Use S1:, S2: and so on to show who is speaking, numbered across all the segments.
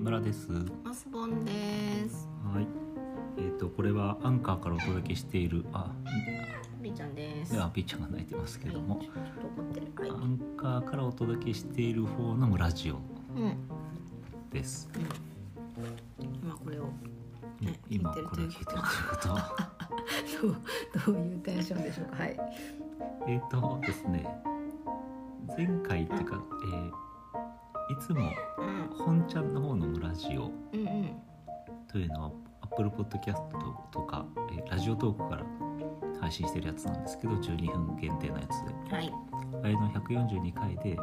S1: 村です。は
S2: マスボンです。
S1: い。えっ、とこれはアンカーからお届けしているあ、
S2: みーちゃんです。
S1: ではピーちゃんが泣いてますけども
S2: はい、、ちょっと怒ってる。はい
S1: ア。ンカーからお届けしている方のラジオ
S2: うん。
S1: です。
S2: 今これを
S1: ね今これ聞いてるということは、
S2: どうどういうテンションでしょうか。はい。
S1: えっとですね、前回っていうか、えーいつも
S2: うん
S1: 本ちゃんの方のラジオ
S2: うんうん
S1: というのは Apple Podcast とか、えーラジオトークから配信してるやつなんですけど12分限定のやつで
S2: はい。
S1: あれの142回で、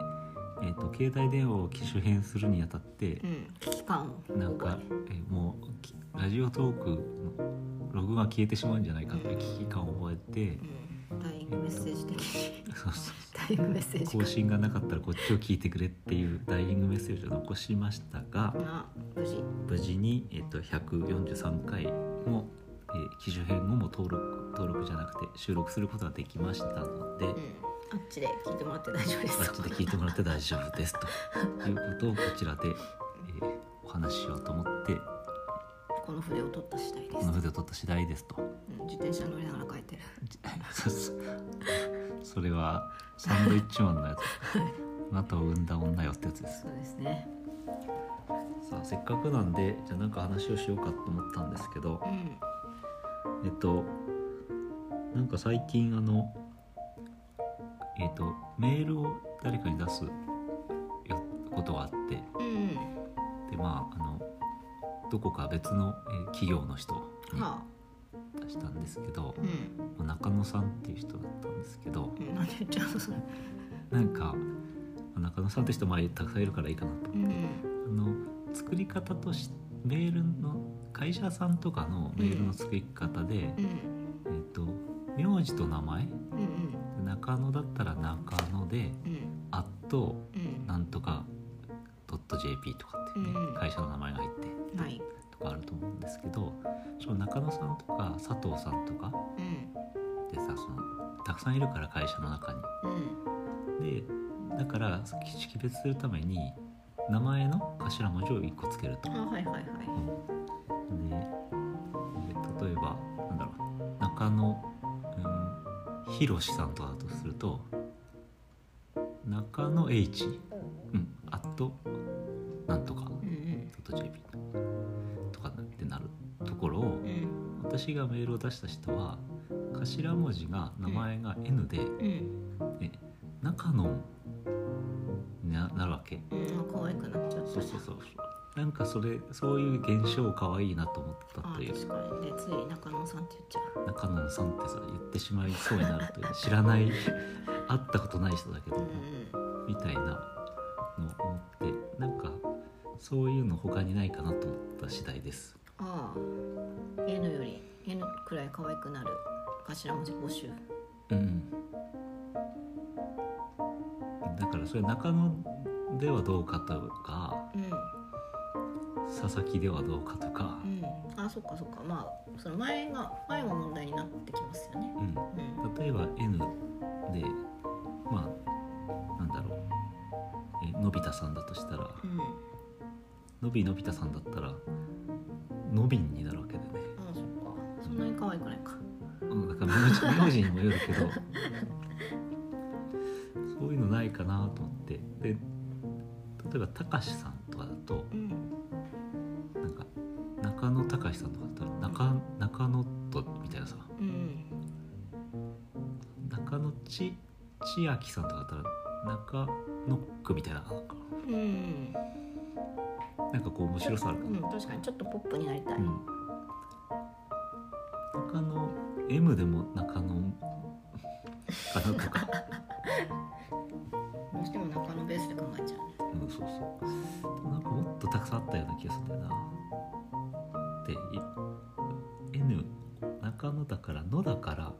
S1: えー、と携帯電話を機種変するにあたって
S2: うん。危機感を。
S1: なんか、えーもうきラジオトークのログが消えてしまうんじゃないかという危機感を覚えて
S2: うん。ダイイングメッセージ的に。
S1: そうそう
S2: ダイイングメッセージ
S1: 更新がなかったらこっちを聞いてくれっていうダイイングメッセージを残しましたが
S2: かな。無事。
S1: 無事に、えー、と143回も、えー機種変後も登録登録じゃなくて収録することができましたので。
S2: うん。あっちで聞いてもらって大丈夫です。
S1: あっちで聞いてもらって大丈夫ですということをこちらで、えーお話ししようと思って
S2: この筆を取った次第で
S1: こ
S2: す
S1: の。筆を取った次第ですと
S2: うん自転車乗りながら書いてる。
S1: そうそうそれはサンドイッチマンのやつあなたを産んだ女よってやつです
S2: そうですね。
S1: さあせっかくなんでじゃあなんか話をしようかと思ったんですけど
S2: うん。
S1: えっとなんか最近あのえっとメールを誰かに出すやことがあって
S2: うん。
S1: でまああのどこか別のえー企業の人に
S2: はあ。
S1: 出したんですけど
S2: うん。
S1: 中野さんっていう人だったんですけど
S2: うんなんで言っちゃうのそれ。
S1: なんか中野さんって人前たくさんいるからいいかなと
S2: うん。
S1: あの作り方としメールの会社さんとかのメールの作り方で、え
S2: う
S1: っ
S2: ん。
S1: と名字と名前
S2: うんうん
S1: 中野だったら中野で
S2: うん
S1: 「あと
S2: うん。
S1: なんとか .jp」とかっていうね、
S2: うん
S1: 会社の名前が入って
S2: はい。
S1: とかあると思うんですけどその中野さんとか佐藤さんとか
S2: うん。
S1: でさそのたくさんいるから会社の中に。
S2: うん。
S1: でだから識別するために名前の頭文字を1個つけると。
S2: あ、
S1: で
S2: はいはいはい。
S1: で例えばなんだろう中野うんひろしさんとかだとすると中野 H うんあとなんとか
S2: うん
S1: と .jp とかってなるところを
S2: うん。うん。
S1: 私がメールを出した人は頭文字が名前が N で、
S2: うん。
S1: ね中のにななるわけ
S2: うん。可愛くなっちゃった。
S1: そうそうそうなんかそれそういう現象可愛いなと思った
S2: あ
S1: とい
S2: 確
S1: う
S2: かにね、つい中野さんって言っちゃう。
S1: 中野さんってさ言ってしまいそうになると いう知らない会ったことない人だけど
S2: うん
S1: みたいなのを思ってなんかそういうの他にないかなと思った次第です
S2: ああ、N より N くらい可愛くなる頭文字募集。
S1: うんだからそれ中野ではどうかとか
S2: うん
S1: 佐々木ではどうかとか、
S2: うん。あ、そっかそっか。まあその前が前も問題になってきますよね。
S1: うん、
S2: うん
S1: 例えば N でまあなんだろうえのび太さんだとしたら
S2: うん。
S1: のびのび太さんだったらのびんになるわけでね、
S2: あ、そっか。そんなに可愛くないか。
S1: うん、だから名字名字にもよるけどそういうのないかなと思ってで例えばたかしさんとかだと
S2: うん。
S1: なんか中野たかしさんとかだったら中中野とみたいなさ
S2: うん。
S1: 中野ち千秋さんとかだったら中野区みたいななんか
S2: うん。
S1: なんかこう面白さあるか
S2: う
S1: な、
S2: ん。確かにちょっとポップになりたい。
S1: うん中野 M でも中野かなとか、
S2: どうしても中野ベースで考えちゃうね。
S1: うん、そうそうでもなんかもっとたくさんあったような気がするんだよなでい N 中野だから野だから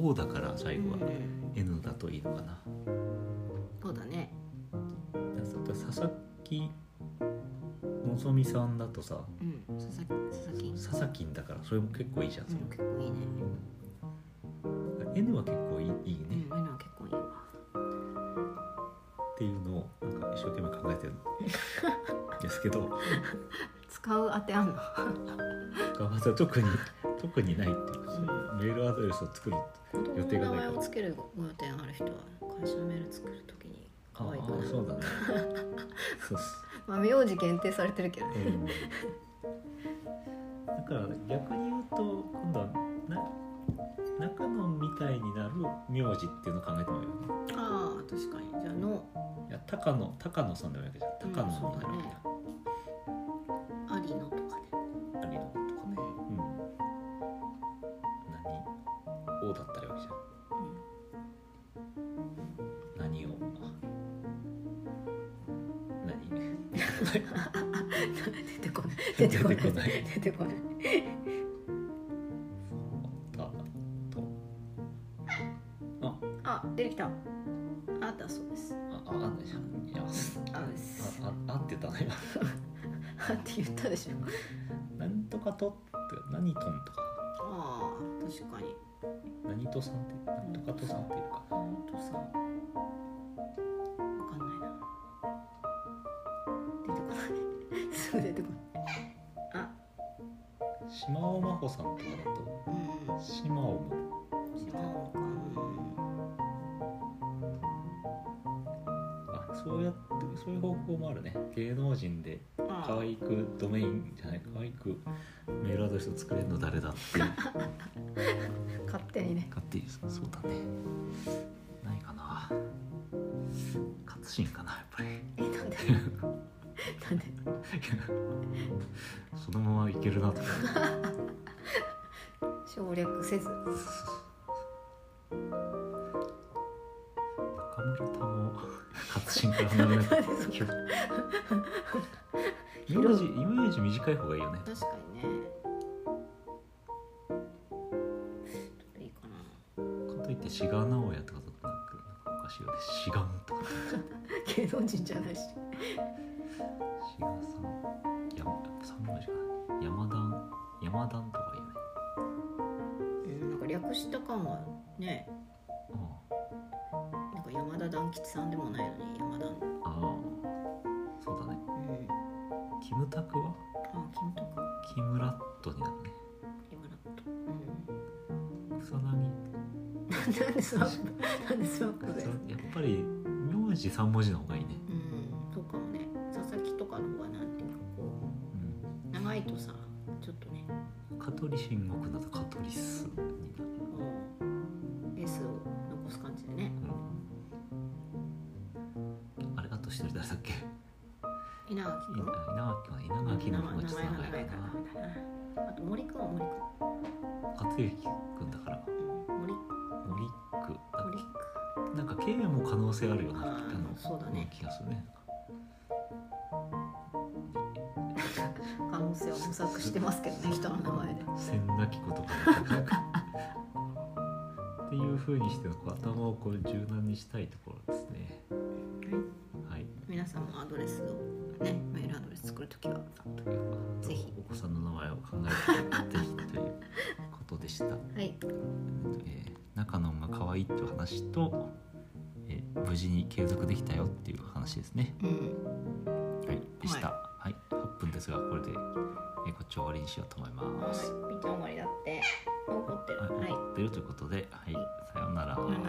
S1: O だから最後は、
S2: うん、
S1: N だといいのかな
S2: そうだね。
S1: だから佐々木のぞみさんだとさ
S2: うん、佐々木、佐々木。
S1: 佐々木だからそれも結構いいじゃん、
S2: うん、結構いいね。
S1: N は結構いいいいね、
S2: うん、目のは結構いいわ。
S1: っていうのをなんか一生懸命考えてるですけど
S2: 使う当てあんの
S1: 川端は特に特にないっていうかメールアドレスを作る予定がないか
S2: 子供の名
S1: ら
S2: 前をつけるご予定ある人は会社のメール作るときに可愛くな
S1: あ
S2: る
S1: あそうだねそうっす
S2: まあ名字限定されてるけどね、
S1: うんだから逆に言うと今度はな中野みたいになる名字っていうのを考えてもいいよね
S2: ああ確かにじゃあの
S1: いや高野高野さんでもいいわけじゃん高野になるみたい
S2: ありのとかね
S1: な何のことかねうん何王だったらいいわけじゃん何を何
S2: 出てこない
S1: 出て
S2: 出
S1: こ
S2: てこ
S1: な
S2: ないい出てこない
S1: だとあ
S2: あ出てきたあだそうです
S1: あああんじゃんいや
S2: あです
S1: あああってたな今
S2: あって言ったでしょ
S1: なんとかとって何とんとか
S2: ああ確かに
S1: 何とさんってなんとかとさんっていうか
S2: ほんとさわかんないな出てこないすぐ出てこないあ
S1: 島尾真帆さんとかだと
S2: うん
S1: 島尾も
S2: 違うのか
S1: あそうやってそういう方向もあるね芸能人で
S2: うんあ
S1: 可愛くドメインじゃない可愛くメールアドレス作れるの誰だっていう
S2: 勝手にね
S1: 勝手にそうだねないかな勝新かなやっぱり
S2: えなんでなんで
S1: そのままいけるなと思って
S2: 省略せず
S1: 中村太郎発信から離れなくて
S2: なんでそんな
S1: イメージイメージ短い方がいいよね
S2: 確かにねどれいいかな
S1: かといって志賀直哉とかだとなんかおかしいよね志賀とか
S2: 芸能人じゃないし
S1: 志賀さん山やっぱ三文字かな山田山田とかいいよね
S2: うんなんか略した感はね
S1: あ
S2: なんか山田団吉さんでもないのに山田のうん
S1: あーそうだねキムタクは
S2: あキムとか
S1: キムラットになるね
S2: 山田とう
S1: 草薙
S2: んなんでスワップなんでスワップで
S1: 草やっぱり名字三文字の方がいいね
S2: うんそうかもね佐々木とかの方がなんていうかこ
S1: うん
S2: う長いとさちょっとね
S1: 香取慎吾君だと香取スになる、
S2: うん S を残す感じでね
S1: あれあと一人誰だっけ
S2: 稲垣
S1: 稲
S2: 君
S1: 垣は稲垣の
S2: 名
S1: 方が
S2: 前名
S1: ちょっ
S2: 前
S1: と長
S2: が長
S1: い
S2: い
S1: か
S2: から
S1: な
S2: なあと森君は森君
S1: 克之君だから
S2: うん森
S1: 森ックだっ
S2: 森
S1: けなんか K も可能性あるような
S2: あーそうだね
S1: 気がするね
S2: 君可能性を模索してますけどね人の名前で
S1: 千なきことかな っていうふうにしてこう頭をこう柔軟にしたいところですねはい
S2: 皆さんもアドレスをねメールアドレス作るときは
S1: というか
S2: ぜひ
S1: お子さんの名前を考えてぜひということでした
S2: はい
S1: えー中野が可愛いっていう話と、えー無事に継続できたよっていう話ですね。
S2: うん
S1: はい、でした。はい、8分ですがこれで、えーこっちを終わりにしようと思い
S2: は
S1: ます。
S2: いみーちゃん終わりだってあ怒ってる
S1: はい、
S2: はい
S1: 怒ってるということで、はい、さようなら。
S2: さようなら